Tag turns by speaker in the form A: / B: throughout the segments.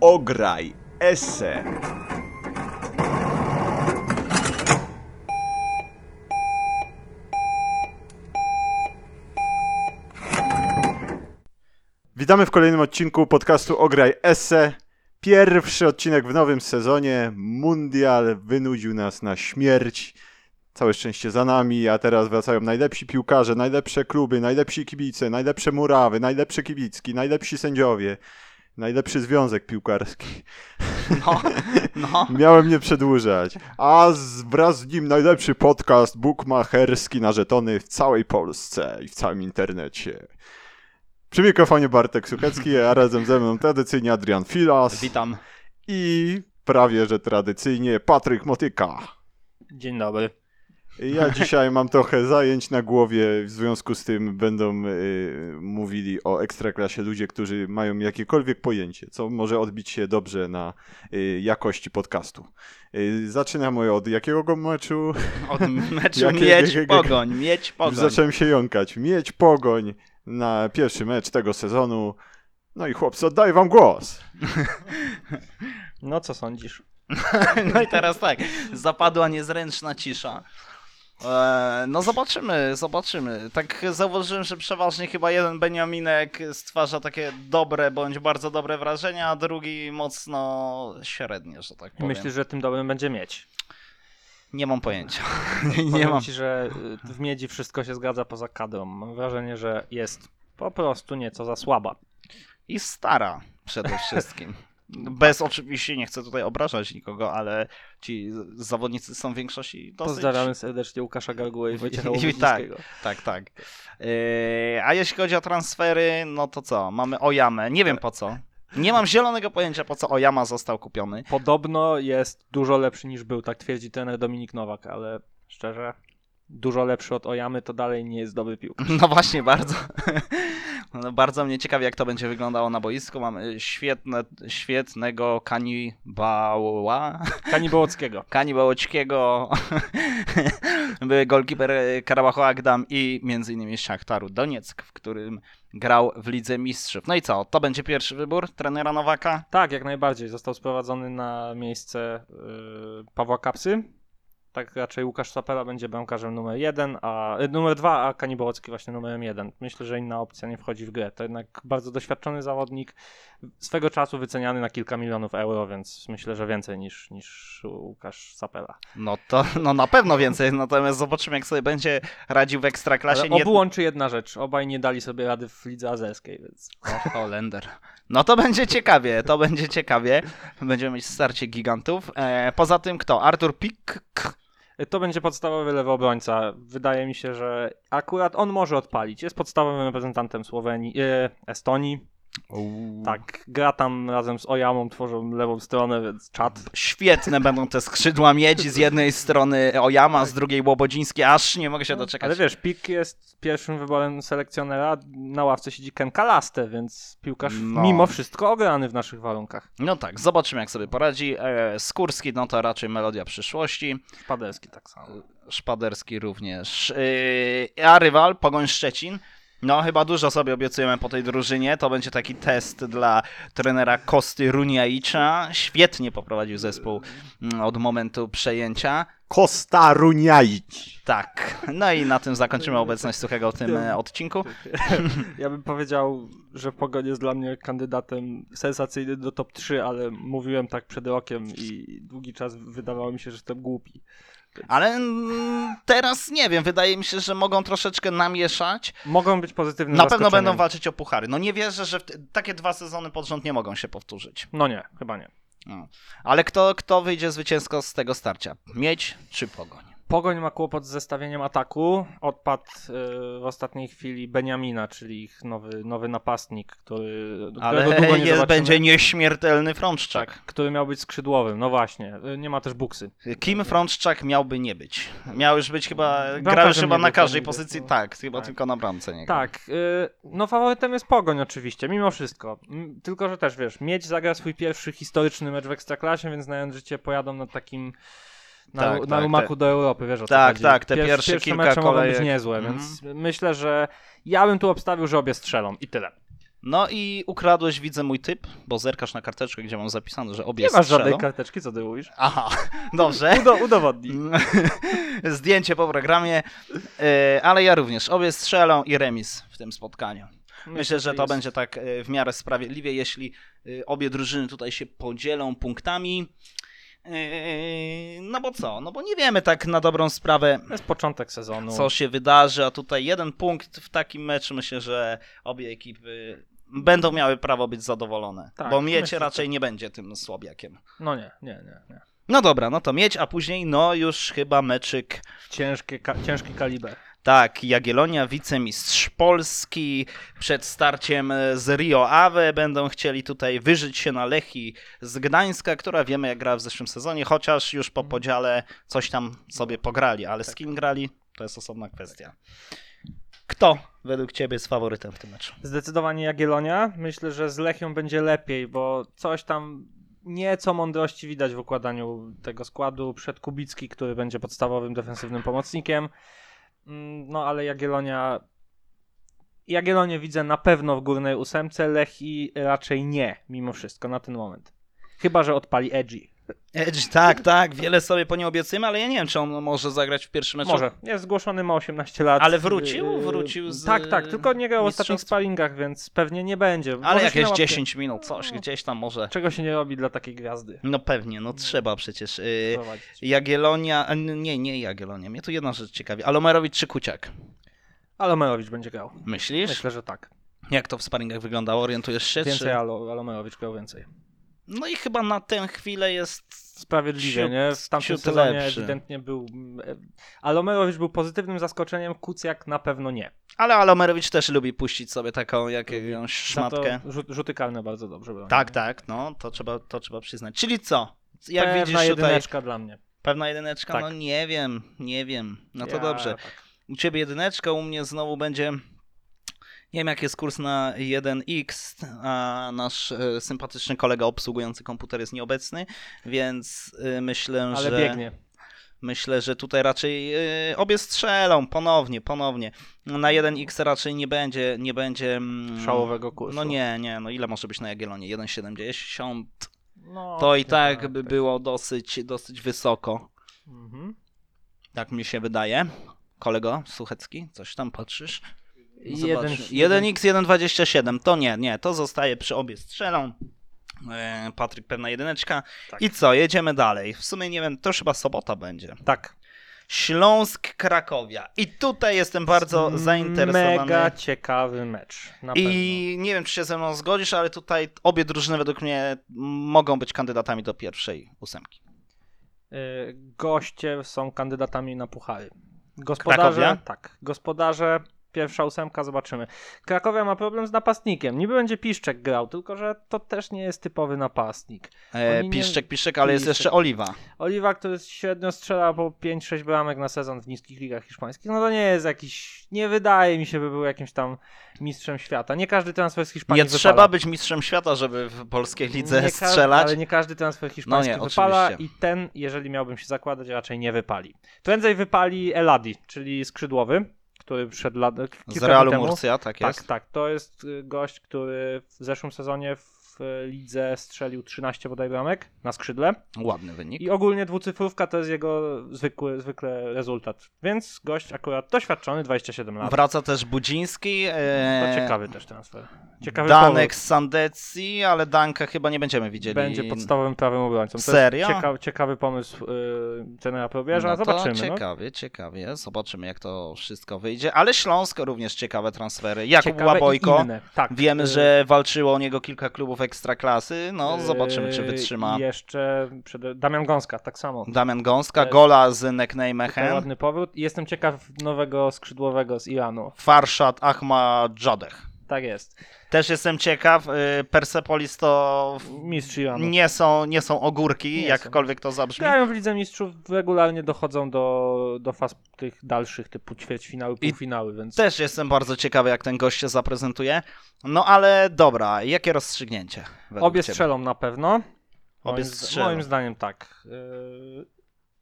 A: Ograj. Esse.
B: Witamy w kolejnym odcinku podcastu Ograj Esse. Pierwszy odcinek w nowym sezonie. Mundial wynudził nas na śmierć. Całe szczęście za nami, a teraz wracają najlepsi piłkarze, najlepsze kluby, najlepsi kibice, najlepsze murawy, najlepsze kibicki, najlepsi sędziowie, najlepszy związek piłkarski.
C: No, no.
B: Miałem nie przedłużać. A z, wraz z nim najlepszy podcast bukmacherski na żetony w całej Polsce i w całym internecie. Przy mikrofonie Bartek Suchecki, a razem ze mną tradycyjnie Adrian Filas
C: Witam.
B: i prawie że tradycyjnie Patryk Motyka.
D: Dzień dobry.
B: Ja dzisiaj mam trochę zajęć na głowie, w związku z tym będą y, mówili o ekstraklasie ludzie, którzy mają jakiekolwiek pojęcie, co może odbić się dobrze na y, jakości podcastu. Y, zaczynamy od jakiego meczu?
C: Od meczu
B: Jakie-
C: mieć
B: jakie-
C: pogoń, mieć pogoń.
B: Już zacząłem się jąkać. Mieć pogoń na pierwszy mecz tego sezonu. No i chłopcy, oddaję wam głos.
D: No co sądzisz?
C: No i teraz tak, zapadła niezręczna cisza. E, No zobaczymy, zobaczymy. Tak zauważyłem, że przeważnie chyba jeden Beniaminek stwarza takie dobre bądź bardzo dobre wrażenia, a drugi mocno średnie, że tak
D: I
C: powiem.
D: myślisz, że tym dobrym będzie mieć?
C: Nie mam pojęcia. Nie
D: Powiem
C: mam.
D: ci, że y, w miedzi wszystko się zgadza poza kadrą. Mam wrażenie, że jest po prostu nieco za słaba.
C: I stara przede wszystkim. Bez oczywiście, nie chcę tutaj obrażać nikogo, ale ci zawodnicy są w większości dosyć...
D: Pozdrawiamy serdecznie Łukasza Garguła i Wojciecha
C: I- i
D: Łobudzińskiego.
C: Tak, tak. Yy, a jeśli chodzi o transfery, no to co? Mamy Ojamę. Nie wiem po co. Nie mam zielonego pojęcia, po co Ojama został kupiony.
D: Podobno jest dużo lepszy niż był, tak twierdzi trener Dominik Nowak, ale szczerze, dużo lepszy od Ojamy to dalej nie jest dobry piłkarz.
C: No właśnie, bardzo. No bardzo mnie ciekawi, jak to będzie wyglądało na boisku. Mamy świetne, świetnego kanibała,
D: Kanibołockiego.
C: kanibałoćkiego, były golkiper Karabachu Agdam i między innymi Szachtaru Donieck, w którym grał w Lidze Mistrzów. No i co? To będzie pierwszy wybór trenera Nowaka?
D: Tak, jak najbardziej. Został sprowadzony na miejsce y, Pawła Kapsy. Tak raczej Łukasz Sapela będzie bramkarzem numer jeden, a y, numer dwa, a Kanibołocki właśnie numerem jeden. Myślę, że inna opcja nie wchodzi w grę. To jednak bardzo doświadczony zawodnik, swego czasu wyceniany na kilka milionów euro, więc myślę, że więcej niż, niż Łukasz Sapela.
C: No to no na pewno więcej, natomiast zobaczymy, jak sobie będzie radził w ekstraklasie.
D: Ale obu łączy jedna rzecz. Obaj nie dali sobie rady w lidze azerskiej, więc
C: O, Holender. No to będzie ciekawie, to będzie ciekawie. Będziemy mieć starcie gigantów. E, poza tym kto? Artur Pik.
D: To będzie podstawowy lewy obrońca. Wydaje mi się, że akurat on może odpalić. Jest podstawowym reprezentantem Słowenii, e, Estonii. Tak, gra tam razem z Ojamą, tworzą lewą stronę, więc czat.
C: Świetne będą te skrzydła miedzi z jednej strony Ojama, z drugiej Łobodziński, aż nie mogę się doczekać.
D: No, Ale wiesz, Pik jest pierwszym wyborem selekcjonera. Na ławce siedzi Ken Kalaste, więc piłkarz
C: No.
D: mimo wszystko ograny w naszych warunkach.
C: No tak, zobaczymy jak sobie poradzi. E, Skórski, no to raczej melodia przyszłości.
D: Szpaderski tak samo.
C: Szpaderski również. Yy, A rywal, Pogoń Szczecin. No, chyba dużo sobie obiecujemy po tej drużynie. To będzie taki test dla trenera Kosty Runiajicza. Świetnie poprowadził zespół mm, od momentu przejęcia.
B: Kosta Runiaić.
C: Tak. No i na tym zakończymy obecność Suchego w tym e, odcinku.
D: Ja bym powiedział, że Pogoń jest dla mnie kandydatem sensacyjny do top 3, ale mówiłem tak przed rokiem i długi czas wydawało mi się, że jestem głupi.
C: Ale mm, teraz nie wiem. Wydaje mi się, że mogą troszeczkę namieszać.
D: Mogą być pozytywne
C: Na pewno
D: zaskoczeniem.
C: będą walczyć o puchary. No nie wierzę, że w te- takie dwa sezony pod rząd nie mogą się powtórzyć.
D: No nie, chyba nie.
C: No. Ale kto, kto wyjdzie zwycięsko z tego starcia? Miedź czy Pogoń?
D: Pogoń ma kłopot z zestawieniem ataku. Odpadł y, w ostatniej chwili Beniamina, czyli ich nowy, nowy napastnik, który do którego
C: Ale
D: długo nie
C: jest,
D: zobaczymy, Tak,
C: będzie nieśmiertelny Frączczak.
D: który miał być skrzydłowym. No właśnie, y, nie ma też buksy.
C: Kim Frączczak miałby nie być? Miał już być chyba, grał już
D: Bramkarzem
C: chyba
D: nie
C: na
D: był,
C: każdej
D: to nie
C: pozycji,
D: był.
C: tak, chyba
D: Tak.
C: tylko na bramce nie grał.
D: Tak, y, no faworytem jest Pogoń oczywiście, mimo wszystko. M, Tylko, że też wiesz, Miedź zagra swój pierwszy historyczny mecz w Ekstraklasie, więc na życie pojadą na takim na,
C: Tak,
D: na
C: tak,
D: rumaku do Europy, wiesz o co
C: Tak,
D: chodzi.
C: tak, te pierwsze
D: pierwsze
C: kilka
D: mecze mogą
C: kolejek.
D: być niezłe,
C: Mhm.
D: więc myślę, że ja bym tu obstawił, że obie strzelą i tyle.
C: No i ukradłeś, widzę mój typ, bo zerkasz na karteczkę, gdzie mam zapisane, że obie
D: Nie masz
C: strzelą.
D: żadnej karteczki, co ty mówisz?
C: Aha, dobrze.
D: Udo, udowodnij.
C: Zdjęcie po programie, E, ale ja również. Obie strzelą i remis w tym spotkaniu. Myślę, że to
D: jest-
C: będzie tak e, w miarę sprawiedliwie, jeśli e, obie drużyny tutaj się podzielą punktami. E, No bo co? No bo nie wiemy tak na dobrą sprawę,
D: To jest początek sezonu.
C: co się wydarzy, a tutaj jeden punkt w takim meczu myślę, że obie ekipy będą miały prawo być zadowolone.
D: Tak,
C: bo mieć
D: myślę, że
C: raczej nie będzie tym słabiakiem.
D: No nie, nie, nie. nie.
C: No dobra, no to mieć, a później no już chyba meczyk
D: Ciężkie, ka- ciężki kaliber.
C: Tak, Jagiellonia, wicemistrz Polski, przed starciem e, z Rio Ave będą chcieli tutaj wyżyć się na Lechi z Gdańska, która wiemy jak gra w zeszłym sezonie, chociaż już
D: Mhm.
C: po podziale coś tam sobie pograli, ale z
D: Tak.
C: kim grali to jest osobna kwestia. Kto według Ciebie jest faworytem w tym meczu?
D: Zdecydowanie Jagiellonia. Myślę, że z Lechią będzie lepiej, bo coś tam nieco mądrości widać w układaniu tego składu. Przed Kubicki, który będzie podstawowym defensywnym pomocnikiem. Mm, No ale Jagiellonia... Jagiellonię widzę na pewno w górnej ósemce, Lechi raczej nie, mimo wszystko, na ten moment. Chyba, że odpali Edgy.
C: Edge, tak, tak, wiele sobie po nie obiecujemy, ale ja nie wiem, czy on może zagrać w pierwszym meczu.
D: Może. Jest zgłoszony, ma 18 lat.
C: Znaczy- Ale wrócił?
D: Yy,
C: Wrócił z,
D: Tak, tak, tylko nie grał w ostatnich
C: mistrzostw?
D: sparingach, więc pewnie nie będzie. Może No.
C: Ale
D: się
C: jakieś
D: nałapie.
C: 10 minut, coś, gdzieś tam może.
D: Czego się nie robi dla takiej gwiazdy?
C: No pewnie, no trzeba przecież. y,
D: prowadzić.
C: Jagielonia, e, n- nie, nie Jagielonia, mnie tu jedna rzecz ciekawi. Alomerowicz czy Kuciak?
D: Alomerowicz będzie grał.
C: Myślisz?
D: Myślę, że tak.
C: Jak to w sparingach wyglądało, orientujesz się?
D: Więcej
C: czy...
D: Alo, Alomerowicz grał więcej.
C: No i chyba na tę chwilę jest...
D: Sprawiedliwie,
C: Ciut-
D: nie? W tamtym
C: ciut
D: sezonie
C: lepszy.
D: ewidentnie był... mm, e, Alomerowicz był pozytywnym zaskoczeniem, Kucjak na pewno nie.
C: Ale Alomerowicz też lubi puścić sobie taką jakąś
D: Za No to
C: szmatkę.
D: rzut, rzuty karne bardzo dobrze były.
C: Tak, tak, no to trzeba, to trzeba przyznać. Czyli co? Jak
D: Pewna
C: widzisz tutaj...
D: jedyneczka dla mnie.
C: Pewna jedyneczka?
D: Tak.
C: No nie wiem, nie wiem. No to
D: Ja- tak.
C: dobrze. U ciebie jedyneczka, u mnie znowu będzie. Nie wiem, jak jest kurs na 1x, a nasz e, sympatyczny kolega obsługujący komputer jest nieobecny, więc e, myślę,
D: Ale
C: że Mm,
D: biegnie.
C: myślę, że tutaj raczej e, obie strzelą ponownie, ponownie. Na 1x raczej nie będzie, nie będzie mm,
D: Szałowego kursu.
C: No nie, nie, no ile może być na Jagiellonie? 1,70.
D: No,
C: To i
D: nie,
C: tak by było dosyć, dosyć wysoko.
D: Mhm.
C: Tak mi się wydaje. Kolego Suchecki, coś tam patrzysz?
D: Jeden-
C: 1x, 1,27. To nie, nie, to zostaje przy obie strzelą. E, Patryk pewna jedyneczka.
D: Tak.
C: I co, jedziemy dalej. W sumie nie wiem, to już chyba sobota będzie.
D: Tak.
C: Śląsk Krakowia. I tutaj jestem bardzo zainteresowany.
D: Mega ciekawy mecz. Na
C: I nie wiem, czy się ze mną zgodzisz, ale tutaj obie drużyny według mnie mogą być kandydatami do pierwszej ósemki.
D: pewno. Y, Goście są kandydatami na puchary. Gospodarze,
C: Krakowia?
D: tak. Gospodarze, pierwsza ósemka, zobaczymy. Krakowia ma problem z napastnikiem. Niby będzie Piszczek grał, tylko że to też nie jest typowy napastnik.
C: E,
D: Oni nie-
C: piszczek, piszczek, ale jest
D: Piszczek.
C: jeszcze Oliwa.
D: Oliwa, który średnio strzela po 5-6 bramek na sezon w niskich ligach hiszpańskich, no to nie jest jakiś, nie wydaje mi się, by był jakimś tam mistrzem świata. Nie każdy transfer z Hiszpanii
C: Nie
D: wypala.
C: trzeba być mistrzem świata, żeby w polskiej lidze
D: Nie ka-
C: strzelać.
D: Ale nie każdy transfer hiszpański
C: No nie,
D: wypala i
C: oczywiście.
D: ten, jeżeli miałbym się zakładać, raczej nie wypali. Prędzej wypali Eladi, czyli skrzydłowy, który przed lat...
C: Z
D: kilka dni
C: Realu
D: temu.
C: Murcja, tak
D: Tak,
C: jest.
D: tak. To jest y, gość, który w zeszłym sezonie w y, lidze strzelił 13 bodaj bramek na skrzydle.
C: Ładny wynik.
D: I ogólnie dwucyfrówka to jest jego zwykły, zwykle rezultat. Więc gość akurat doświadczony, 27 lat.
C: Wraca też Budziński. E...
D: No To ciekawy też transfer. Ciekawy
C: Danek
D: powrót.
C: z Sandecji, ale Danka chyba nie będziemy widzieli.
D: Będzie podstawowym prawym obrońcą. To
C: Serio?
D: Jest ciekaw, ciekawy pomysł yy, trenera Probierza.
C: No to
D: Zobaczymy. No.
C: Ciekawie, ciekawie. Zobaczymy, jak to wszystko wyjdzie. Ale Śląsk również ciekawe transfery. Jakub
D: Ciekawe i
C: Łabojko.
D: inne. Tak,
C: Wiemy,
D: yy,
C: że walczyło o niego kilka klubów ekstraklasy. No,
D: yy,
C: zobaczymy, czy wytrzyma.
D: i Jeszcze przed... Damian Gąska, tak samo.
C: Damian Gąska,
D: Też-
C: gola z nickname'em
D: Super
C: Hen.
D: Ładny powrót. I Jestem ciekaw nowego skrzydłowego z Iranu.
C: Farshad Ahmadjadeh.
D: Tak jest.
C: Też jestem ciekaw, y, Persepolis to w-
D: Mistrz Iranu.
C: nie są, nie są ogórki,
D: Nie są.
C: jakkolwiek to zabrzmi.
D: Grają w Lidze Mistrzów, regularnie dochodzą do, do faz tych dalszych, typu ćwierćfinały, półfinały, więc...
C: Też jestem bardzo ciekawy, jak ten gość się zaprezentuje. No ale dobra, jakie rozstrzygnięcie? według
D: Obie
C: ciebie?
D: strzelą na pewno.
C: Obie
D: Moim-
C: strzelą.
D: Moim zdaniem tak. Yy,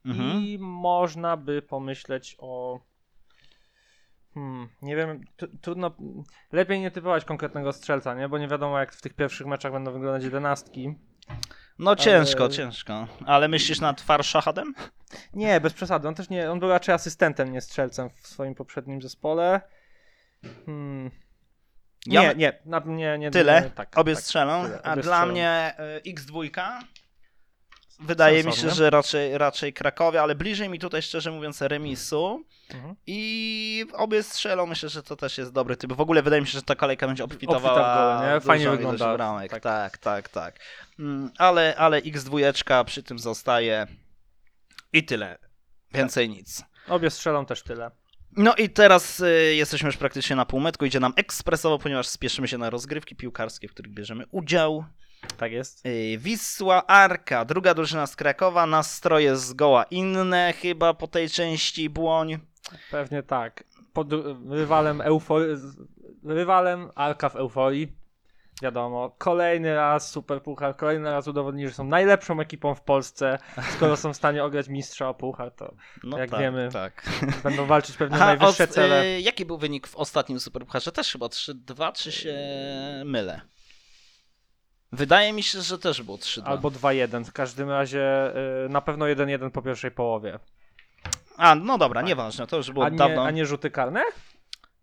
C: Mhm.
D: I można by pomyśleć o Hmm, nie wiem, tu- trudno. Lepiej nie typować konkretnego strzelca, nie? Bo nie wiadomo, jak w tych pierwszych meczach będą wyglądać jedenastki.
C: No ciężko,
D: Ale-
C: ciężko. Ale myślisz nad Farszachadem?
D: Nie, bez przesady. On też nie. On był raczej asystentem, nie strzelcem w swoim poprzednim zespole. Hmm.
C: Ja
D: nie,
C: my-
D: nie, na, nie, nie.
C: Tyle.
D: Nie, tak,
C: Obie
D: tak.
C: strzelą.
D: tyle,
C: A
D: obie
C: dla
D: strzelą.
C: mnie e, X2. Wydaje mi się,
D: Sensownie.
C: że raczej, raczej Krakowie, ale bliżej mi tutaj szczerze mówiąc remisu.
D: Mhm.
C: I obie strzelą, myślę, że to też jest dobry typ. W ogóle wydaje mi się, że ta kolejka będzie obfitowała
D: Obfita w gole, nie?
C: dużą
D: Fajnie
C: ilość
D: wygląda.
C: Bramek. Tak,
D: Tak.
C: tak, tak. Mm, Ale, ale X2 przy tym zostaje i tyle. Więcej
D: Tak.
C: nic.
D: Obie strzelą też tyle.
C: No i teraz y, jesteśmy już praktycznie na półmetku, idzie nam ekspresowo, ponieważ spieszymy się na rozgrywki piłkarskie, w których bierzemy udział.
D: Tak jest.
C: Y, Wisła Arka, druga drużyna z Krakowa, nastroje zgoła inne chyba po tej części Błoń.
D: Pewnie tak. Pod rywalem euforii. Rywalem Alka w euforii. Wiadomo, kolejny raz super puchar, kolejny raz udowodnili, że są najlepszą ekipą w Polsce. Skoro są w stanie ograć mistrza o puchar, to
C: No
D: Jak
C: tak,
D: wiemy.
C: Tak.
D: będą walczyć pewnie o
C: Aha,
D: najwyższe
C: os-
D: cele.
C: y, jaki był wynik w ostatnim Superpucharze? Też chyba 3-2, czy się mylę? Wydaje mi się, że też było 3-2.
D: Albo 2-1. W każdym razie y, na pewno 1-1 po pierwszej połowie.
C: A, no dobra, nieważne, to już było
D: Tak. A nie,
C: dawno.
D: a nie rzuty karne?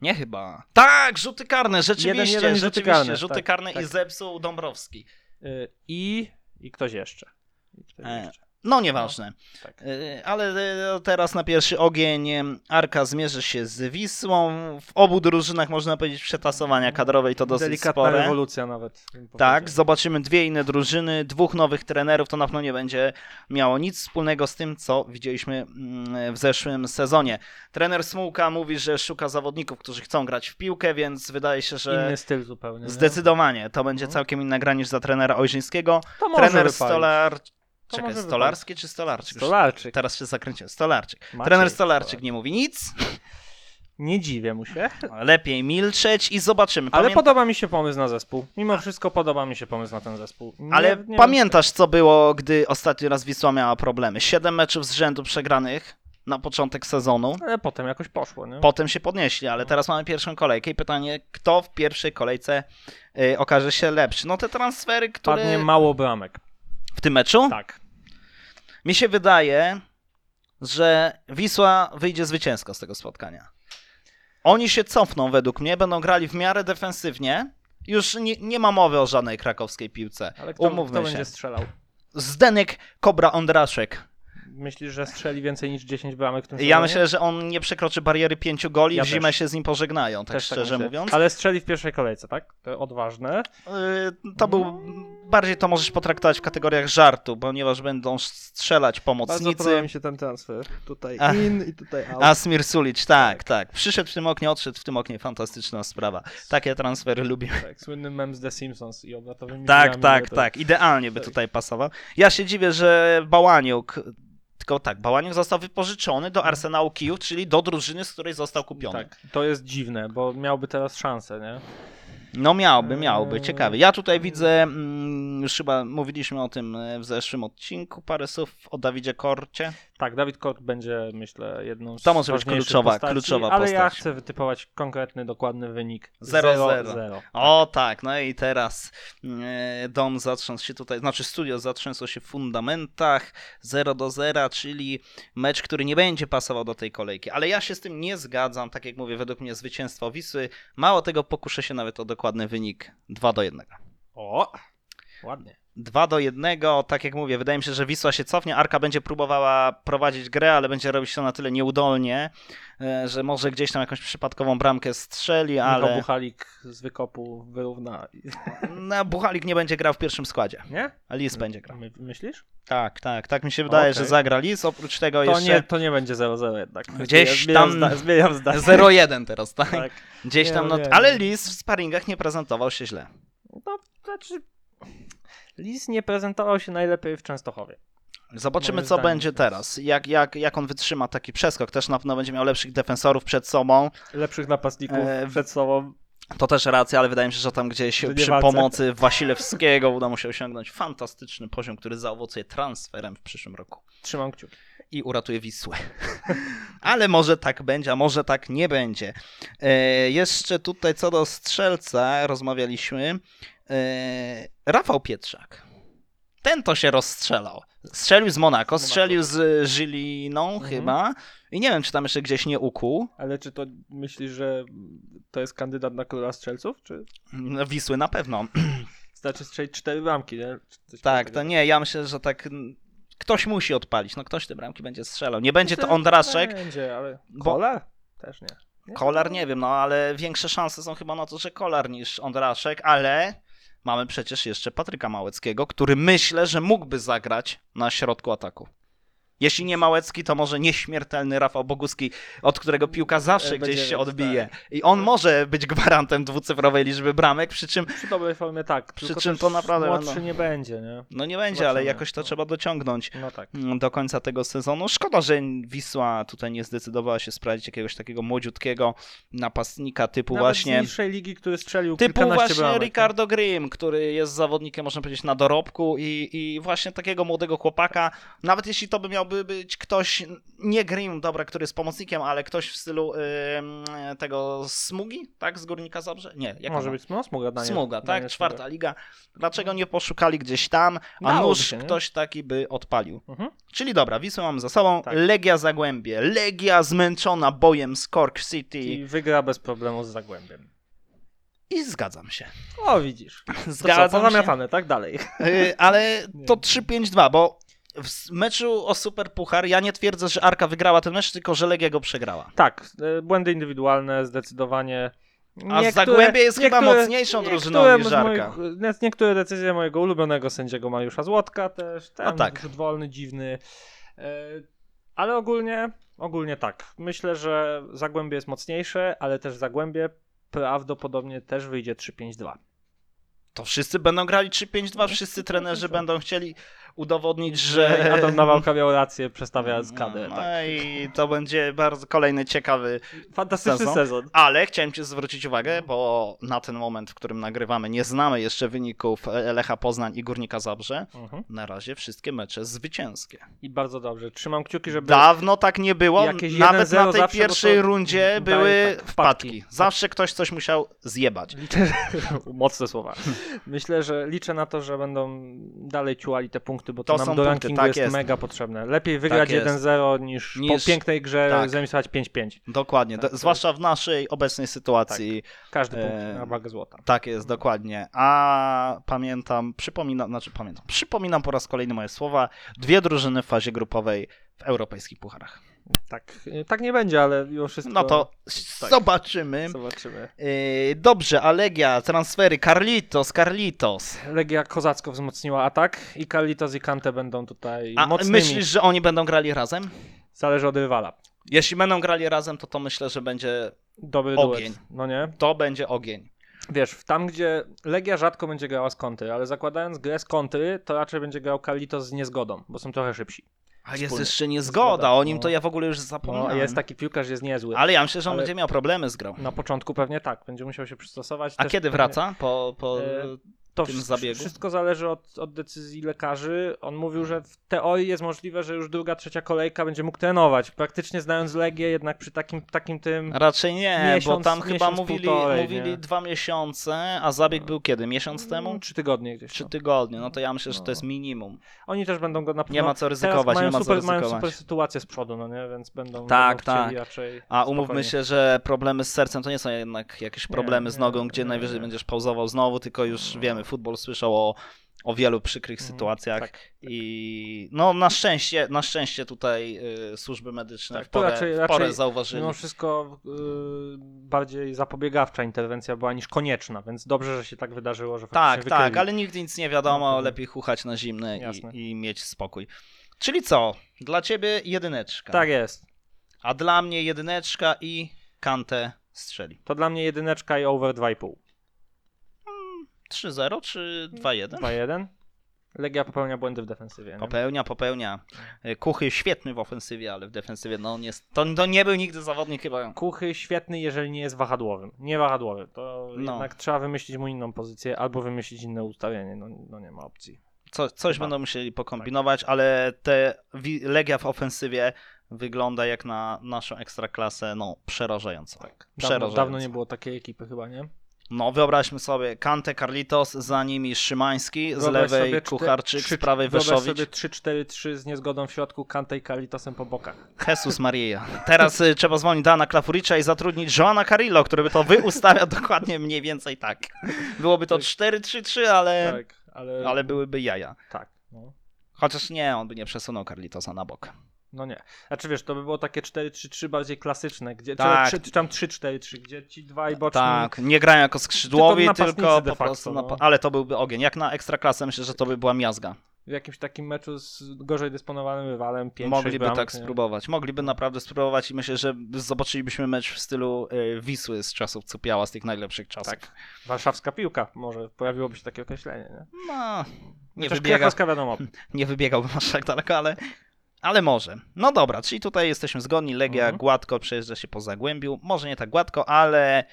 C: Nie chyba. Tak, rzuty karne, rzeczywiście,
D: Jeden, jeden i rzuty
C: rzeczywiście,
D: karne,
C: rzuty
D: tak,
C: karne i
D: tak.
C: zepsuł Dąbrowski.
D: Y, I, i ktoś jeszcze. I ktoś
C: E,
D: jeszcze.
C: No nieważne.
D: tak.
C: Y, Ale y, teraz na pierwszy ogień y, Arka zmierzy się z Wisłą. W obu drużynach można powiedzieć przetasowania kadrowej to dosyć
D: Mhm. Delikatna
C: spore.
D: rewolucja nawet. bym
C: Tak,
D: powiedział.
C: zobaczymy dwie inne drużyny, dwóch nowych trenerów, to na pewno nie będzie miało nic wspólnego z tym, co widzieliśmy mm, w zeszłym sezonie. Trener Smułka mówi, że szuka zawodników, którzy chcą grać w piłkę, więc wydaje się, że
D: Inny styl zupełnie. nie?
C: Zdecydowanie. To będzie
D: Mhm.
C: całkiem inna gra niż za trenera Ojrzyńskiego.
D: To może
C: Trener
D: wypalić.
C: Stolar...
D: To
C: Czekaj,
D: może
C: Stolarski czy Stolarczyk? Już
D: Stolarczyk.
C: Teraz się zakręciłem. Stolarczyk.
D: Maciej
C: Trener Stolarczyk
D: Stolarczyk.
C: nie mówi nic.
D: Nie dziwię mu się.
C: Lepiej milczeć i zobaczymy.
D: Ale
C: Pamię-
D: podoba mi się pomysł na zespół. Mimo wszystko podoba mi się pomysł na ten zespół. Nie,
C: Ale
D: nie
C: pamiętasz, co było, gdy ostatni raz Wisła miała problemy? Siedem meczów z rzędu przegranych na początek sezonu.
D: Ale potem jakoś poszło, nie?
C: Potem się podnieśli,
D: No.
C: ale teraz mamy pierwszą kolejkę i pytanie, kto w pierwszej kolejce y, okaże się lepszy? No te transfery,
D: Padnie
C: które
D: mało bramek.
C: w tym meczu?
D: Tak.
C: Mi się wydaje, że Wisła wyjdzie zwycięsko z tego spotkania. Oni się cofną według mnie, będą grali w miarę defensywnie. Już nie, nie ma mowy o żadnej krakowskiej piłce.
D: Ale kto,
C: Umówmy
D: kto
C: się.
D: będzie strzelał?
C: Zdenek Kobra Ondraszek.
D: Myślisz, że strzeli więcej niż 10 bramek w tym
C: Ja
D: sezonie?
C: myślę, że on nie przekroczy bariery pięciu goli,
D: Ja
C: w zimę
D: też.
C: się z nim pożegnają, tak szczerze
D: myślę.
C: mówiąc.
D: Ale strzeli w pierwszej kolejce, tak? To odważne.
C: Yy, To był. Bardziej to możesz potraktować w kategoriach żartu, ponieważ będą strzelać pomocnicy.
D: się ten transfer. Tutaj
C: Ach.
D: in i tutaj out.
C: Asmir Sulic, tak, tak. Przyszedł w tym oknie, odszedł w tym oknie, fantastyczna sprawa. Takie transfery lubimy.
D: Tak, słynny mem z The Simpsons i obratowymi
C: Tak,
D: drzwiami,
C: tak,
D: to-
C: tak. Idealnie by tutaj pasował. Ja się dziwię, że Bałaniuk, tylko tak, Bałaniuk został wypożyczony do Arsenału Kijów, czyli do drużyny, z której został kupiony.
D: Tak, to jest dziwne, bo miałby teraz szansę, nie?
C: No miałby, miałby,
D: Eee.
C: ciekawy. Ja tutaj widzę, mm, już chyba mówiliśmy o tym e, w zeszłym odcinku, parę słów o Dawidzie Korcie.
D: Tak, Dawid Kort będzie, myślę, jedną z
C: To może być
D: ważniejszych
C: kluczowa-
D: postaci,
C: kluczowa
D: ale ja
C: postać.
D: chcę wytypować konkretny, dokładny wynik.
C: Zero,
D: Zero,
C: zero.
D: zero.
C: O tak, no i teraz e, dom zatrząsł się tutaj, znaczy studio zatrzęsło się w fundamentach 0 do 0, czyli mecz, który nie będzie pasował do tej kolejki. Ale ja się z tym nie zgadzam, tak jak mówię, według mnie zwycięstwo Wisły. Mało tego, pokuszę się nawet o dokładny wynik 2 do 1.
D: O, ładnie.
C: 2 do 1, tak jak mówię, wydaje mi się, że Wisła się cofnie, Arka będzie próbowała prowadzić grę, ale będzie robić to na tyle nieudolnie, e, że może gdzieś tam jakąś przypadkową bramkę strzeli,
D: Ale... Michał
C: ale
D: Buchalik z wykopu wyrówna,
C: no, Buchalik nie będzie grał w pierwszym składzie,
D: nie?
C: a Lis będzie grał.
D: My, myślisz?
C: Tak, tak, tak mi się wydaje,
D: Okej.
C: że zagra Lis, oprócz tego
D: To nie,
C: jeszcze
D: to nie będzie 0-0 jednak.
C: Gdzieś
D: Zmieniam
C: tam-
D: zda- Zmieniam zdanie.
C: 0-1 teraz, tak?
D: Tak.
C: Gdzieś
D: Nie,
C: tam,
D: no
C: no,
D: nie,
C: ale
D: nie.
C: Lis w sparingach nie prezentował się źle.
D: No, znaczy... Lis nie prezentował się najlepiej w Częstochowie.
C: Zobaczymy,
D: Moim
C: co
D: zdaniem
C: będzie
D: to
C: teraz, jak, jak, jak on wytrzyma taki przeskok, też na pewno będzie miał lepszych defensorów przed sobą,
D: Lepszych napastników
C: E,
D: przed sobą.
C: To też racja, ale wydaje mi się, że tam gdzieś
D: To nie
C: przy
D: walce.
C: pomocy Wasilewskiego uda mu się osiągnąć fantastyczny poziom, który zaowocuje transferem w przyszłym roku
D: Trzymam kciuki.
C: i uratuje Wisłę. Ale może tak będzie, a może tak nie będzie. E, jeszcze tutaj co do strzelca rozmawialiśmy. E, Rafał Pietrzak. Ten to się rozstrzelał. Strzelił z Monako, strzelił z Żyliną
D: tak. Mhm.
C: chyba. I nie wiem, czy tam jeszcze gdzieś nie ukuł.
D: Ale czy to myślisz, że to jest kandydat na króla strzelców? Czy
C: No, Wisły na pewno.
D: znaczy strzelić cztery bramki, nie? Czy coś
C: Tak,
D: takiego?
C: to nie, ja myślę, że tak mm, ktoś musi odpalić. No ktoś te bramki będzie strzelał. Nie będzie to Ondraszek,
D: Będzie, ale...
C: Bo-
D: Kolar? Też nie. tak, nie.
C: Kolar nie wiem, no ale większe szanse są chyba na to, że Kolar niż Ondraszek, ale mamy przecież jeszcze Patryka Małeckiego, który myślę, że mógłby zagrać na środku ataku. Jeśli nie Małecki, to może nieśmiertelny Rafał Boguski, od którego piłka zawsze
D: Będzie,
C: gdzieś się
D: tak.
C: odbije. I on może być gwarantem dwucyfrowej liczby bramek, przy czym
D: Przy dobrej formie tak.
C: Przy
D: tylko
C: czym
D: też
C: to naprawdę no,
D: Młodszy
C: będą-
D: nie będzie, nie?
C: no nie będzie, ale
D: Zobaczymy.
C: jakoś to trzeba dociągnąć.
D: No tak.
C: do końca tego sezonu. Szkoda, że Wisła tutaj nie zdecydowała się sprawdzić jakiegoś takiego młodziutkiego napastnika typu
D: Nawet z
C: właśnie
D: niższej ligi, który strzelił
C: typu
D: kilkanaście
C: właśnie
D: bramek, tak. nie?
C: Ricardo Grimm, który jest zawodnikiem, można powiedzieć, na dorobku i, i właśnie takiego młodego chłopaka, nawet jeśli to by miałby być ktoś, nie Grimm, dobra, który jest pomocnikiem, ale ktoś w stylu ym, tego Smugi, tak, z Górnika Zabrze? Nie, jak
D: Może
C: on ma?
D: być no, smuga, Daniel,
C: Smuga, tak,
D: Daniel
C: czwarta liga. Dlaczego nie poszukali gdzieś tam, a
D: Dałoby
C: nóż
D: się, nie?
C: ktoś taki by odpalił.
D: Mhm.
C: Czyli dobra, Wisłę mamy za sobą,
D: Tak.
C: Legia Zagłębie, Legia zmęczona bojem z Cork City i,
D: I wygra bez problemu z Zagłębiem.
C: zgadzam się.
D: O, widzisz. To co,
C: Zgadzam się,
D: pozamiatane, tak dalej.
C: Y, ale to
D: Nie.
C: 3-5-2, bo w s- meczu o Super Puchar ja nie twierdzę, że Arka wygrała ten mecz, tylko że Legia go przegrała.
D: Tak, e, błędy indywidualne zdecydowanie.
C: Zagłębie jest chyba mocniejszą drużyną
D: niektóre
C: niż
D: z
C: Żarka.
D: moich- nie- Niektóre decyzje mojego ulubionego sędziego Mariusza Złotka też, ten
C: No tak.
D: rzut wolny, dziwny. E, Ale ogólnie, ogólnie tak. Myślę, że Zagłębie jest mocniejsze, ale też Zagłębie prawdopodobnie też wyjdzie 3-5-2.
C: To wszyscy będą grali 3-5-2, wszyscy trenerzy będą chcieli udowodnić, że...
D: Adam Nawałka miał rację, przestawiając kadę.
C: No
D: Tak.
C: i to będzie bardzo kolejny ciekawy
D: Fantastyczny
C: sezon.
D: sezon.
C: Ale chciałem Cię zwrócić
D: No.
C: uwagę, bo na ten moment, w którym nagrywamy, nie znamy jeszcze wyników e, Lecha Poznań i Górnika Zabrze.
D: Mhm.
C: Na razie wszystkie mecze zwycięskie.
D: I bardzo dobrze. Trzymam kciuki, żeby
C: Dawno tak nie było.
D: Jakieś
C: Nawet
D: 1-0
C: na tej
D: zawsze,
C: pierwszej
D: bo to
C: rundzie
D: daje
C: były
D: tak,
C: wpadki.
D: wpadki.
C: Zawsze ktoś coś musiał zjebać.
D: Liczę, że... Mocne słowa. Myślę, że liczę na to, że będą dalej ciułali te punkty, bo to,
C: To są
D: nam do
C: punkty,
D: rankingu
C: tak
D: jest,
C: jest. Tak
D: mega potrzebne. Lepiej wygrać
C: jest.
D: 1-0 niż,
C: Niż-
D: po pięknej grze
C: tak.
D: zremisować 5-5.
C: Dokładnie.
D: Tak,
C: Do-
D: to- Tak.
C: Zwłaszcza w naszej obecnej sytuacji.
D: Każdy punkt
C: Eee,
D: na wagę złota.
C: Tak jest, dokładnie. A pamiętam, przypominam, znaczy pamiętam, przypominam po raz kolejny moje słowa. Dwie drużyny w fazie grupowej w europejskich pucharach.
D: Tak, e, tak nie będzie, ale mimo wszystko
C: No to
D: tak.
C: zobaczymy.
D: zobaczymy.
C: Yy, dobrze, Alegia, transfery, Carlitos, Carlitos.
D: Legia kozacko wzmocniła atak i Kalitos i Kante będą tutaj
C: A
D: mocnymi.
C: myślisz, że oni będą grali razem?
D: Zależy od rywala.
C: Jeśli będą grali razem, to to myślę, że będzie,
D: Dobry
C: Ogień.
D: duet. No nie?
C: to będzie ogień.
D: Wiesz, w- tam gdzie Legia rzadko będzie grała z kontry, ale zakładając grę z kontry, to raczej będzie grał Kalitos z niezgodą, bo są trochę szybsi.
C: A jest
D: Wspólnie.
C: jeszcze niezgoda,
D: Niezgoda,
C: o nim
D: no.
C: to ja w ogóle już
D: No, a
C: zapomniałem.
D: jest taki piłkarz, jest niezły.
C: Ale ja myślę, że on
D: Ale-
C: będzie miał problemy z grą.
D: Na początku pewnie tak, będzie musiał się przystosować.
C: A
D: Też
C: kiedy
D: pewnie-
C: wraca? Po, po...
D: E, To
C: tym
D: wsz-
C: zabiegu?
D: wszystko zależy od, od decyzji lekarzy. On mówił, że w teorii jest możliwe, że już druga, trzecia kolejka będzie mógł trenować. Praktycznie znając Legię, jednak przy takim, takim tym...
C: Raczej nie, bo
D: miesiąc-
C: tam chyba
D: miesiąc,
C: mówili,
D: półtorej,
C: mówili
D: nie?
C: dwa miesiące, a zabieg był kiedy? Miesiąc temu?
D: mm, Trzy tygodnie gdzieś.
C: Trzy
D: no.
C: tygodnie, no to ja myślę, że to
D: No.
C: jest minimum.
D: Oni też będą go na
C: Nie
D: no,
C: ma co
D: teraz
C: ryzykować,
D: mają
C: nie ma co
D: super, Mają
C: ryzykować.
D: super sytuację z przodu, no nie? Więc będą,
C: Tak,
D: będą chcieli
C: tak.
D: raczej
C: A umówmy
D: spokojnie.
C: się, że problemy z sercem to nie są jednak jakieś
D: Nie,
C: problemy z
D: nie,
C: nogą, gdzie
D: nie,
C: najwyżej
D: nie. No,
C: będziesz pauzował znowu, tylko już wiemy, futbol słyszał o, o wielu przykrych
D: Mhm,
C: sytuacjach.
D: tak.
C: I no na szczęście, na szczęście tutaj y, służby medyczne
D: Tak,
C: w
D: to
C: porę,
D: raczej-
C: w porę
D: raczej
C: zauważyli.
D: Mimo wszystko y, bardziej zapobiegawcza interwencja była niż konieczna, więc dobrze, że się tak wydarzyło, że
C: tak,
D: faktycznie
C: tak,
D: wykryli.
C: ale nigdy nic nie
D: No,
C: wiadomo,
D: pewnie.
C: lepiej chuchać na zimne
D: Jasne.
C: i, i mieć spokój. Czyli co? Dla ciebie jedyneczka,
D: Tak jest.
C: a dla mnie jedyneczka i kantę strzeli.
D: To dla mnie jedyneczka i over 2,5.
C: 3-0 czy 2-1?
D: 2-1? Legia popełnia błędy w defensywie.
C: Tak.
D: Nie?
C: Popełnia, popełnia. E, Kuchy świetny w ofensywie, ale w defensywie no on jest, to, to nie był nigdy zawodnik chyba.
D: Kuchy świetny, jeżeli nie jest wahadłowym. Nie wahadłowy, to
C: No.
D: jednak trzeba wymyślić mu inną pozycję albo wymyślić inne ustawienie. No, no nie ma opcji.
C: Co, coś
D: Chyba. Tak.
C: będą musieli pokombinować, ale te wi- Legia w ofensywie wygląda jak na naszą ekstraklasę, no przerażająco.
D: Dawno,
C: Przerażająco.
D: dawno nie było takiej ekipy chyba, nie?
C: No wyobraźmy sobie Kante, Carlitos, za nimi Szymański, z
D: Wyobraź
C: lewej
D: sobie czte-
C: Kucharczyk,
D: trzy-
C: z prawej
D: wyobraź
C: Weszowicz.
D: sobie 3-4-3 z niezgodą w środku, Kante i Kalitosem po bokach.
C: Jesus Maria. Teraz y, trzeba zwolnić Dana Klafuricza i zatrudnić Joana Carillo, który by to wyustawia dokładnie mniej więcej tak. Byłoby to 4-3-3, ale,
D: Tak, ale...
C: E, ale byłyby jaja.
D: Tak, no.
C: Chociaż nie, on by nie przesunął Carlitosa na bok.
D: No nie. Znaczy wiesz, to by było takie 4-3-3 bardziej klasyczne, gdzie
C: Tak.
D: czy, czy tam 3-4-3, gdzie ci dwaj boczni...
C: Tak, nie grają jako skrzydłowi,
D: Czy to napastnicy
C: tylko
D: de
C: po
D: facto,
C: prostu.
D: no.
C: napa- Ale to byłby ogień. Jak na ekstraklasę myślę, że to by była miazga.
D: W jakimś takim meczu z gorzej dysponowanym rywalem, 5
C: Mogliby tak spróbować. Mogliby naprawdę spróbować i myślę, że zobaczylibyśmy mecz w stylu y, Wisły z czasów Cupiała, z tych najlepszych czasów.
D: Tak. Warszawska piłka, może pojawiłoby się takie określenie, nie?
C: No, nie
D: Chociaż
C: wybiega.
D: krakowska wiadomo.
C: nie wybiegałbym aż tak daleko, ale, ale może. No dobra, czyli tutaj jesteśmy zgodni. Legia
D: Mhm.
C: gładko przejeżdża się po Zagłębiu. Może nie tak gładko, ale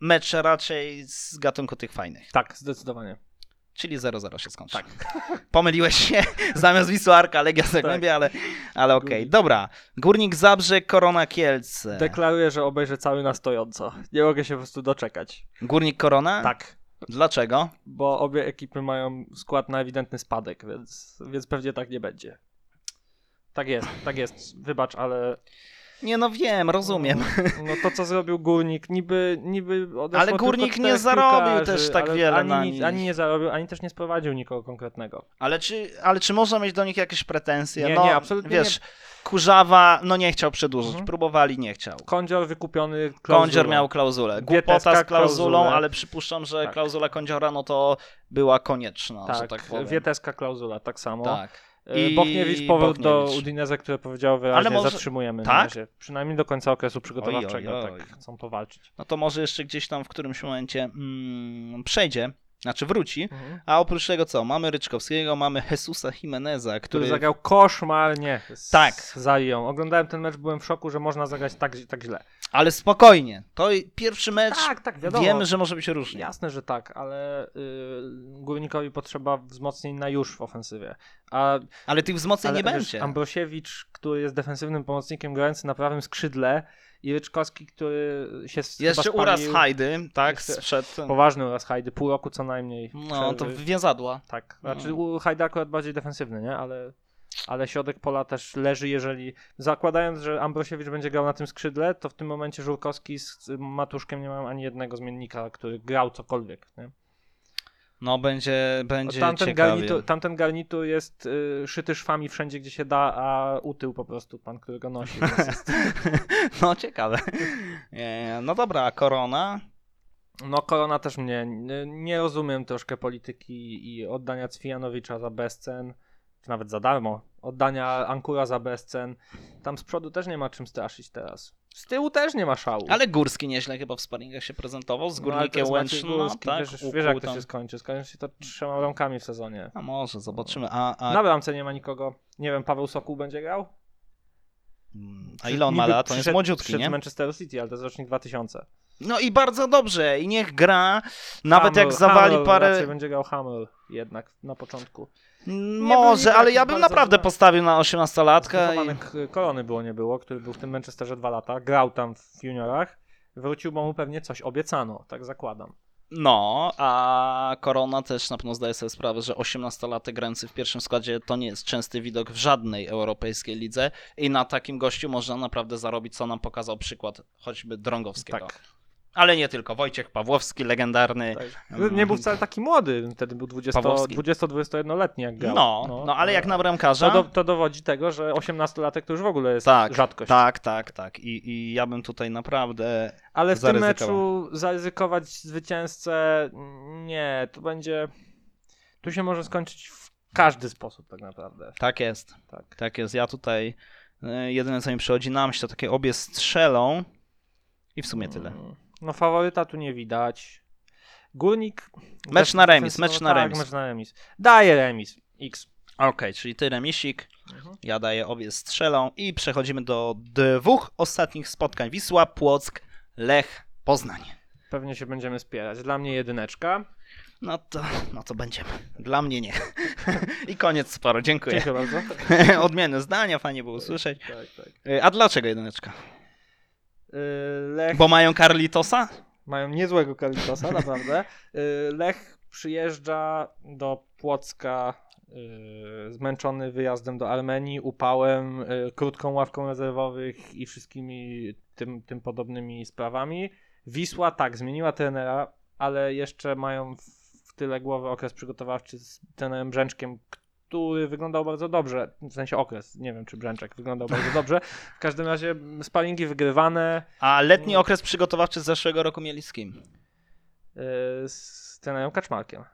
C: mecz raczej z gatunku tych fajnych.
D: Tak, zdecydowanie.
C: Czyli 0-0 się skończy. Tak. Pomyliłeś się. Zamiast Wisłarka, Legia Zagłębia, ale, ale okej.
D: Tak. Górnik. Tak.
C: Dobra. Górnik Zabrze, Korona Kielce.
D: Deklaruję, że obejrzę cały na stojąco. Nie mogę się po prostu doczekać.
C: Górnik Korona?
D: Tak.
C: Dlaczego?
D: bo obie ekipy mają skład na ewidentny spadek, więc, więc pewnie tak nie będzie. Tak jest, tak jest. Wybacz, ale.
C: Nie no wiem, rozumiem.
D: No to, co zrobił górnik, niby. niby odeszło
C: Ale
D: tylko
C: Górnik
D: czterech
C: nie zarobił
D: piłkarzy,
C: też tak
D: ale
C: wiele
D: Ani,
C: na
D: nic-
C: nich.
D: ani nie zarobił, ani też nie sprowadził nikogo konkretnego.
C: Ale czy, ale czy można mieć do nich jakieś pretensje?
D: Nie,
C: no,
D: nie, absolutnie
C: Wiesz, Kurzawa, no nie chciał przedłużyć.
D: Mhm.
C: Próbowali, nie chciał.
D: Kądzior wykupiony. klauzulą.
C: Kądzior miał klauzulę.
D: Dieteska
C: Głupota z klauzulą,
D: klauzulę.
C: ale przypuszczam, że
D: Tak.
C: klauzula Kądziora no to była konieczna, tak, że
D: Tak,
C: tak powiem.
D: wieteska klauzula, tak samo.
C: tak.
D: I
C: I
D: Bochniewicz powrót do
C: Bochniewicz.
D: Udineze, które powiedział wyraźnie,
C: może-
D: zatrzymujemy na
C: tak?
D: razie. Przynajmniej do końca okresu przygotowawczego.
C: Oj, oj, oj.
D: Tak, chcą powalczyć.
C: No to może jeszcze gdzieś tam w którymś momencie mm, przejdzie, znaczy wróci.
D: Mhm.
C: A oprócz tego co? Mamy Ryczkowskiego, mamy Jesusa Jimeneza, który...
D: który zagrał koszmarnie. z-
C: Tak.
D: Za Liją. Oglądałem ten mecz, byłem w szoku, że można zagrać tak, tak źle.
C: Ale spokojnie, to i pierwszy mecz,
D: Tak, tak, wiadomo.
C: wiemy, że może być różnie.
D: Jasne, że tak, ale y, Górnikowi potrzeba wzmocnień na już w ofensywie. A,
C: Ale tych wzmocnień
D: ale
C: nie
D: wiesz,
C: będzie.
D: Ambrosiewicz, który jest defensywnym pomocnikiem grający na prawym skrzydle i Ryczkowski, który się s-
C: Jeszcze
D: chyba
C: uraz
D: spalił-
C: Hajdy, tak,
D: Jeszcze-
C: sprzed...
D: Poważny uraz Hajdy, pół roku co najmniej.
C: No, to
D: przerwy.
C: więzadła.
D: Tak, znaczy
C: No.
D: u Hajda akurat bardziej defensywny, nie? Ale, ale środek pola też leży, jeżeli... Zakładając, że Ambrosiewicz będzie grał na tym skrzydle, to w tym momencie Żurkowski z Matuszkiem nie mają ani jednego zmiennika, który grał cokolwiek, nie?
C: No, będzie, będzie
D: Tamten
C: ciekawie.
D: garnitur, tamten garnitur jest y, szyty szwami wszędzie, gdzie się da, a utył po prostu pan, który go nosi. więc Jest...
C: No, ciekawe. E, No dobra, a korona?
D: No Korona też mnie... nie- Nie rozumiem troszkę polityki i oddania Cwijanowicza za bezcen, czy nawet za darmo, oddania Ankura za bezcen. Tam z przodu też nie ma czym straszyć teraz. Z tyłu też nie ma szału.
C: Ale Górski nieźle chyba w sparingach się prezentował, z
D: No, ale to
C: Górnikiem
D: jest Maciej
C: Łęczną, no,
D: Górski,
C: tak?
D: Wiesz,
C: ukuł
D: wiesz jak to
C: tam.
D: się skończy. Skończy się to trzema rąkami w sezonie.
C: A może, zobaczymy. A, a,
D: Na bramce nie ma nikogo. Nie wiem, Paweł Sokół będzie grał?
C: mm, a ile on ma
D: Niby
C: lat? On jest
D: przyszedł-
C: młodziutki,
D: przyszedł
C: nie?
D: z Manchesteru City, ale to jest rocznik 2000.
C: No i bardzo dobrze. I niech gra, nawet
D: Hamel-
C: jak zawali
D: Hamel,
C: parę...
D: Raczej będzie grał Hamel jednak na początku.
C: Mm,
D: nie był
C: Może,
D: niby
C: ale
D: jakiś
C: ja bym
D: bardzo
C: naprawdę
D: znany.
C: postawił na 18-latkę. i-
D: Wychowanek y, Korony było nie było, który był w tym Manchesterze dwa lata. Grał tam w juniorach. Wrócił, bo mu pewnie coś obiecano, tak zakładam.
C: No, a Korona też na pewno zdaje sobie sprawę, że 18-latek grający w pierwszym składzie to nie jest częsty widok w żadnej europejskiej lidze i na takim gościu można naprawdę zarobić, co nam pokazał przykład choćby Drągowskiego.
D: Tak.
C: Ale nie tylko, Wojciech Pawłowski, legendarny.
D: tak. Nie był wcale taki młody, wtedy był 20
C: Pawłowski.
D: 20-21-letni jak grał.
C: No, no, ale jak na bramkarza...
D: To, do, to dowodzi tego, że 18-latek to już w ogóle jest
C: Tak,
D: rzadkość.
C: tak, tak, tak. I, I ja bym tutaj naprawdę...
D: Ale w tym
C: Zaryzykował.
D: meczu zaryzykować zwycięzcę nie, to będzie. Tu się może skończyć w każdy sposób tak naprawdę.
C: Tak jest,
D: Tak.
C: tak jest. Ja tutaj... e, Jedyne, co mi przychodzi na myśl, to takie obie
D: Mm.
C: strzelą i w sumie tyle.
D: No faworyta tu nie widać. Górnik.
C: Mecz na remis, mecz na
D: tak,
C: remis.
D: Mecz na remis. Daje remis. X.
C: Okej, czyli ty remisik, ja daję obie strzelą i przechodzimy do dwóch ostatnich spotkań. Wisła, Płock, Lech, Poznań.
D: Pewnie się będziemy spierać. Dla mnie jedyneczka.
C: No to, no to będziemy. Dla mnie nie. I koniec sporu, dziękuję.
D: Dziękuję bardzo.
C: Odmienne zdania, fajnie było usłyszeć.
D: Tak, tak.
C: Y, A dlaczego jedyneczka?
D: Yy, Lech
C: Bo mają Carlitosa?
D: mają niezłego Kalitosa, naprawdę. Yy, Lech przyjeżdża do Płocka yy, zmęczony wyjazdem do Armenii, upałem, yy, krótką ławką rezerwowych i wszystkimi tym, tym podobnymi sprawami. Wisła tak, zmieniła trenera, ale jeszcze mają w, w tyle głowy okres przygotowawczy z trenerem Brzęczkiem, który wyglądał bardzo dobrze, w sensie okres, nie wiem czy Brzęczek wyglądał bardzo dobrze. W każdym razie mm, sparingi wygrywane,
C: A letni
D: No.
C: okres przygotowawczy z zeszłego roku mieli z kim?
D: Yy, z trenerem Kaczmarkiem.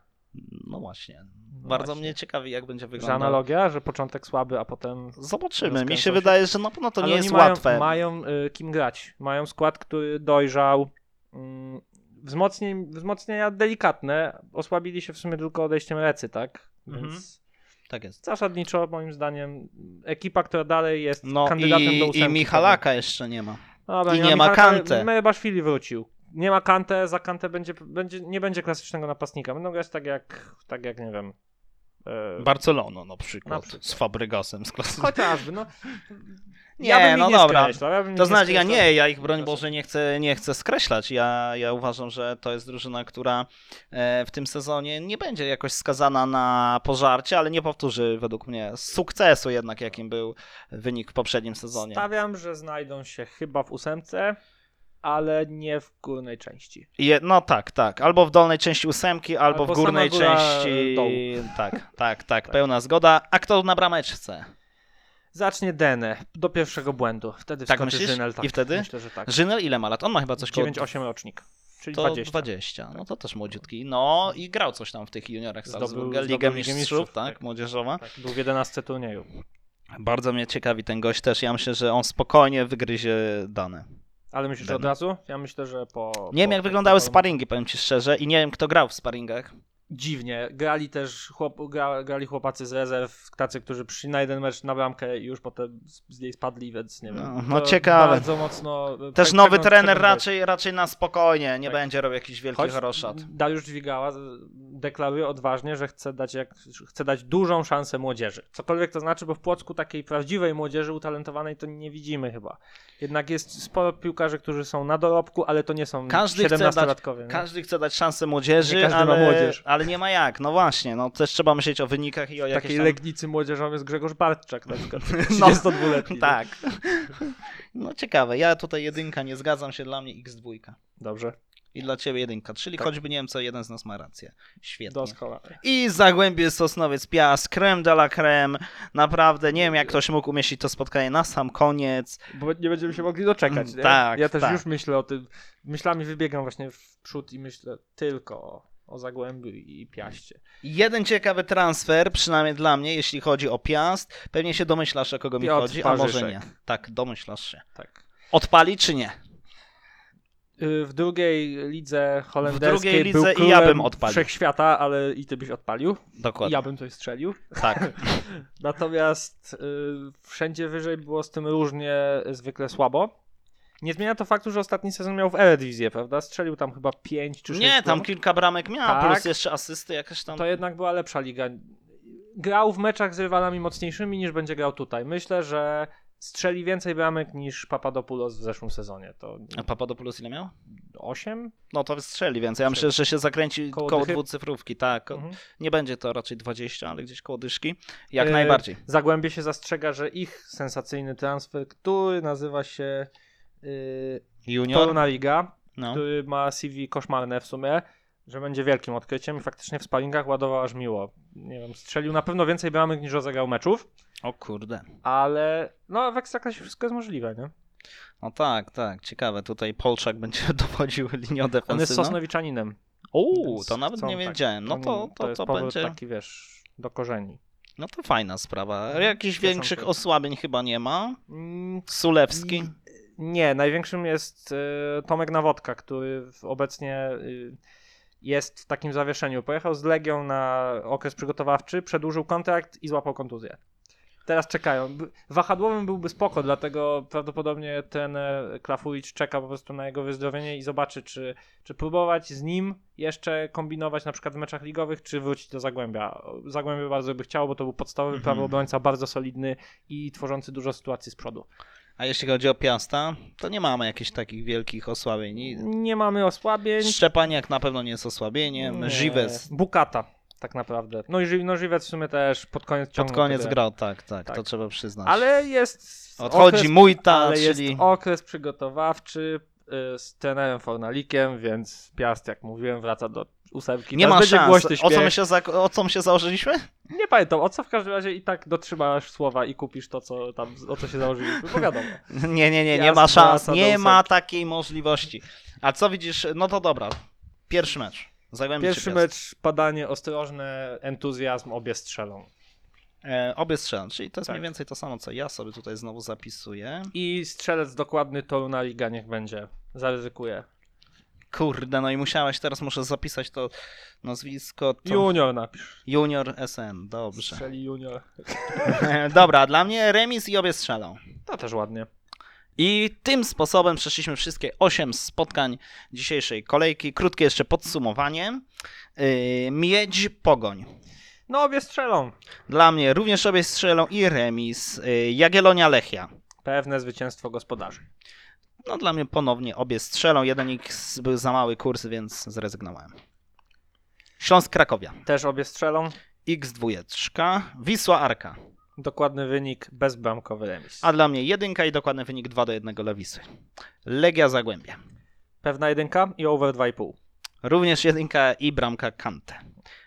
C: No właśnie. Bardzo
D: właśnie.
C: mnie ciekawi, jak będzie
D: Że
C: wyglądał.
D: analogia, że początek słaby, a potem.
C: Zobaczymy. Mi
D: Rozkręcą
C: się
D: się.
C: wydaje, że na pewno to
D: Ale
C: nie
D: oni
C: jest
D: mają,
C: łatwe.
D: Mają y, kim grać. Mają skład, który dojrzał. Mm, wzmocnień, wzmocnienia delikatne. Osłabili się w sumie tylko odejściem Recy, tak?
C: Mhm.
D: Więc
C: Tak jest.
D: zasadniczo, moim zdaniem, ekipa, która dalej jest
C: No
D: kandydatem do
C: i,
D: ósemki. tak?
C: i Michalaka jeszcze nie ma.
D: Dobra,
C: i nie ma
D: Michalaka,
C: Kante.
D: Meribaszwili wrócił. Nie ma Kante, za Kante będzie, będzie, nie będzie klasycznego napastnika. Będą grać tak jak, tak jak nie wiem. e,
C: Barcelono na przykład,
D: Na przykład.
C: z Fabregasem z klasy.
D: Chociażby, no.
C: Nie,
D: ja bym
C: no
D: ich nie
C: dobra.
D: skreślał, ja bym ich
C: To znaczy, ja
D: skreślał.
C: nie, ja ich broń Boże nie chcę, nie chcę skreślać. Ja, ja uważam, że to jest drużyna, która e, w tym sezonie nie będzie jakoś skazana na pożarcie, ale nie powtórzy według mnie sukcesu jednak, jakim był wynik w poprzednim sezonie.
D: Stawiam, że znajdą się chyba w ósemce, ale nie w górnej części.
C: Je, no tak, tak. Albo w dolnej części ósemki, albo,
D: Albo
C: w górnej
D: sama góra,
C: części.
D: e, dołu.
C: Tak, tak, tak, Pełna zgoda. A kto na brameczce?
D: Zacznie Dene do pierwszego błędu. Wtedy
C: Tak
D: wskoczy
C: myślisz?
D: Żynel. Tak,
C: I wtedy?
D: Myślę, że tak.
C: Żynel ile ma lat? On ma chyba coś koło
D: 9-8 rocznik, czyli
C: to
D: 20.
C: 20. No to też młodziutki. No i grał coś tam w tych juniorach
D: Zdobył-
C: Salzburga.
D: zdobył
C: Ligę
D: Ligę
C: Mistrzów,
D: Mistrzów,
C: tak,
D: tak.
C: młodzieżowa.
D: Tak, był w 11 turnieju.
C: Bardzo mnie ciekawi ten gość też. Ja myślę, że on spokojnie wygryzie dane.
D: Ale myślisz
C: Dene.
D: od razu? Ja myślę, że po...
C: Nie wiem,
D: po,
C: jak wyglądały
D: po-
C: sparingi, powiem ci szczerze, i nie wiem, kto grał w sparingach.
D: Dziwnie. Grali też chłop, gra, grali chłopacy z rezerw, tacy, którzy przyszli na jeden mecz na bramkę i już potem z, z niej spadli, więc nie wiem.
C: No, no
D: To
C: ciekawe.
D: Bardzo mocno... e, tak
C: Też
D: przegnął-
C: nowy
D: przegnął
C: trener
D: wejście.
C: raczej, raczej na spokojnie, nie
D: Tak.
C: będzie robił jakichś wielkich roszad.
D: Dariusz Dźwigała z- deklaruje odważnie, że chce dać, jak, chce dać dużą szansę młodzieży. Cokolwiek to znaczy, bo w Płocku takiej prawdziwej młodzieży utalentowanej to nie widzimy chyba. Jednak jest sporo piłkarzy, którzy są na dorobku, ale to nie są
C: Każdy chce dać-
D: 17-latkowie. nie?
C: Każdy chce dać szansę młodzieży,
D: Nie każdy
C: ale,
D: ma młodzież.
C: ale nie ma jak. No właśnie, no też trzeba myśleć o wynikach i o
D: W
C: jakiejś
D: takiej
C: tam...
D: legnicy młodzieżą jest Grzegorz Bartczak na przykład.
C: No.
D: 32-letni.
C: Tak. No ciekawe, ja tutaj jedynka, nie zgadzam się, dla mnie x2.
D: Dobrze,
C: I dla ciebie jedynka, czyli
D: Tak.
C: choćby nie wiem co, jeden z nas ma rację. Świetnie.
D: doskonale.
C: I Zagłębie Sosnowiec Piast, creme de la creme. Naprawdę, nie wiem jak ktoś mógł umieścić to spotkanie na sam koniec.
D: Bo nie będziemy się mogli doczekać. Nie?
C: Tak,
D: ja też
C: tak.
D: już myślę o tym. Myślami wybiegam właśnie w przód i myślę tylko o, o Zagłębiu i Piaście.
C: Jeden ciekawy transfer, przynajmniej dla mnie, jeśli chodzi o Piast. Pewnie się domyślasz, o kogo mi
D: Piotr
C: chodzi, a może nie.
D: Parzyszek.
C: Tak, domyślasz się.
D: Tak.
C: Odpali czy nie?
D: Y, W drugiej lidze holenderskiej
C: drugiej
D: był
C: lidze i
D: królem
C: ja bym odpalił.
D: wszechświata, ale i ty byś odpalił. I
C: Dokładnie.
D: ja bym coś strzelił.
C: Tak.
D: Natomiast y, wszędzie wyżej było z tym różnie, y, zwykle słabo. Nie zmienia to faktu, że ostatni sezon miał w Eredivisie, prawda? Strzelił tam chyba 5 czy 6
C: Nie, tam kilka bramek miał,
D: Tak.
C: plus jeszcze asysty jakaś tam.
D: To jednak była lepsza liga. Grał w meczach z rywalami mocniejszymi niż będzie grał tutaj. Myślę, że strzeli więcej bramek niż Papadopoulos w zeszłym sezonie. To
C: A Papadopoulos ile miał?
D: 8?
C: No to strzeli, więc ja myślę, że się zakręci koło,
D: Koło dychy?
C: dwucyfrówki, tak.
D: Mhm.
C: Nie będzie to raczej 20, ale gdzieś koło dyszki. Jak
D: E,
C: najbardziej.
D: Zagłębie się zastrzega, że ich sensacyjny transfer, który nazywa się yy,
C: Junior?
D: Torna Liga,
C: No.
D: który ma CV koszmarne w sumie, że będzie wielkim odkryciem i faktycznie w sparingach ładował aż miło. Nie wiem, strzelił na pewno więcej bramek niż rozegrał meczów,
C: O kurde.
D: ale no w Ekstraklasie wszystko jest możliwe, nie?
C: No tak, tak, ciekawe. Tutaj Polczak będzie dowodził linią
D: On jest
C: defensywną.
D: Sosnowiczaninem.
C: Uuu,
D: Więc
C: to nawet
D: chcą,
C: nie
D: tak,
C: wiedziałem. No
D: nie-
C: to,
D: to,
C: to,
D: jest
C: to
D: powrót
C: będzie,
D: taki, wiesz, do korzeni.
C: no to fajna sprawa. Jakichś
D: Cieszą
C: większych
D: się.
C: osłabień chyba nie ma.
D: Mm,
C: Sulewski.
D: e, Nie, największym jest y, Tomek Nawodka, który w- obecnie y, e, jest w takim zawieszeniu. Pojechał z Legią na okres przygotowawczy, przedłużył kontrakt i złapał kontuzję. Teraz czekają. B- Wahadłowym byłby spoko, dlatego prawdopodobnie ten Klafujicz czeka po prostu na jego wyzdrowienie i zobaczy, czy, czy próbować z nim jeszcze kombinować na przykład w meczach ligowych, czy wrócić do Zagłębia. Zagłębie bardzo by chciało, bo to był podstawowy
C: Mhm.
D: prawy obrońca, bardzo solidny i tworzący dużo sytuacji z przodu.
C: A jeśli chodzi o Piasta, to nie mamy jakichś takich wielkich osłabień.
D: Nie mamy osłabień.
C: Szczepaniak na pewno nie jest osłabieniem. Żyves
D: Bukata, tak naprawdę. No i Ży- no, Żywiec w sumie też pod koniec
C: pod
D: ciągnął
C: koniec
D: tę grę.
C: grał, tak, tak,
D: Tak.
C: to trzeba przyznać.
D: Ale jest.
C: Odchodzi
D: okres,
C: Mujta,
D: ale
C: czyli...
D: jest okres przygotowawczy y, z trenerem Fornalikiem, więc Piast, jak mówiłem, wraca do ósemki.
C: Nie
D: Teraz
C: ma
D: będzie
C: szans.
D: Głośny śmiech.
C: O co, my się za... o co my się założyliśmy?
D: Nie pamiętam, o co w każdym razie i tak dotrzymasz słowa i kupisz to, co tam, o co się założyliśmy. Bo wiadomo.
C: Nie, nie, nie, nie
D: Piast
C: ma szans.
D: wraca do
C: Nie ma
D: ósemki.
C: takiej możliwości. A co widzisz? No to dobra. Pierwszy mecz. Zagłębie
D: Pierwszy
C: czy Piast?
D: mecz, padanie ostrożne, entuzjazm, obie strzelą.
C: E, obie strzelam, czyli to jest
D: Tak.
C: mniej więcej to samo, co ja sobie tutaj znowu zapisuję.
D: I strzelec dokładny toru na liga niech będzie. Zaryzykuję.
C: Kurde, no i musiałeś, teraz muszę zapisać to nazwisko. To...
D: Junior napisz.
C: Junior SM, dobrze.
D: Strzeli junior.
C: Dobra, dla mnie remis i obie strzelą.
D: To też ładnie.
C: I tym sposobem przeszliśmy wszystkie 8 spotkań dzisiejszej kolejki. Krótkie jeszcze podsumowanie. Yy, miedź, pogoń.
D: No obie strzelą.
C: Dla mnie również obie strzelą i remis. Yy, Jagiellonia, Lechia.
D: Pewne zwycięstwo gospodarzy.
C: No dla mnie ponownie obie strzelą. Jeden ich s- był za mały kurs, więc zrezygnowałem. Śląsk, Krakowia.
D: Też obie strzelą.
C: X2. Wisła, Arka.
D: Dokładny wynik, bezbramkowy remis.
C: A dla mnie jedynka i dokładny wynik 2 do 1 dla Wisły. Legia, Zagłębia.
D: Pewna jedynka i over 2,5.
C: Również jedynka i bramka Kante.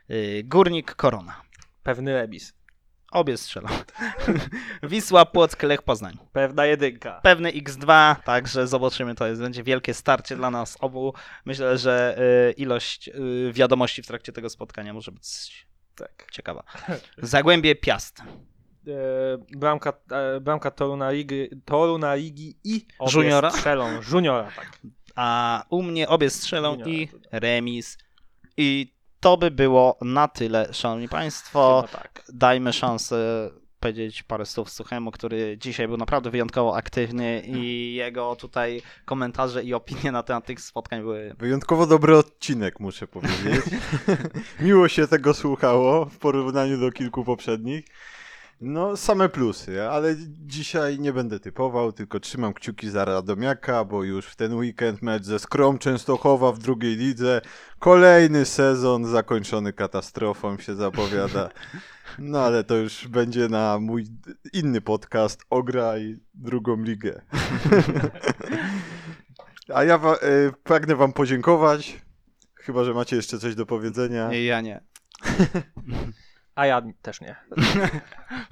C: Yy, Górnik Korona.
D: Pewny remis.
C: Obie strzelą. Wisła, Płock, Lech Poznań.
D: Pewna jedynka.
C: Pewny X2, także zobaczymy, to jest, będzie wielkie starcie dla nas obu. Myślę, że y, ilość y, wiadomości w trakcie tego spotkania może być
D: Tak.
C: ciekawa. Zagłębie Piast,
D: E, bramka e, bramka toru, na ligi, toru na ligi i obie
C: Juniora?
D: strzelą. Juniora, tak.
C: a u mnie obie strzelą
D: Nie,
C: i
D: to nie.
C: remis. I to by było na tyle, szanowni państwo.
D: Chyba tak.
C: dajmy szansę powiedzieć parę słów Suchemu, który dzisiaj był naprawdę wyjątkowo aktywny i jego tutaj komentarze i opinie na temat tych spotkań były
B: Wyjątkowo dobry odcinek, muszę powiedzieć. Miło się tego słuchało w porównaniu do kilku poprzednich. No, same plusy, ale dzisiaj nie będę typował, tylko trzymam kciuki za Radomiaka, bo już w ten weekend mecz ze Skrom Częstochowa w drugiej lidze. Kolejny sezon zakończony katastrofą się zapowiada. No, ale to już będzie na mój inny podcast Ograj drugą ligę. A ja wa- y, pragnę wam podziękować. Chyba, że macie jeszcze coś do powiedzenia.
C: Nie, ja nie.
D: A ja też nie.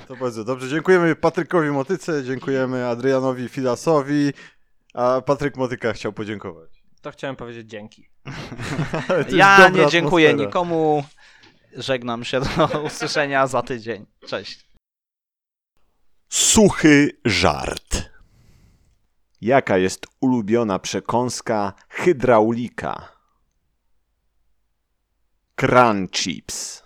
B: To bardzo dobrze. Dziękujemy Patrykowi Motyce, dziękujemy Adrianowi Filasowi, a Patryk Motyka chciał podziękować.
D: To chciałem powiedzieć dzięki.
B: Ale to jest
C: Ja
B: dobra
C: nie dziękuję
B: atmosfera.
C: nikomu. Żegnam się do usłyszenia za tydzień. Cześć.
A: Suchy żart. Jaka jest ulubiona przekąska hydraulika? Crunch chips.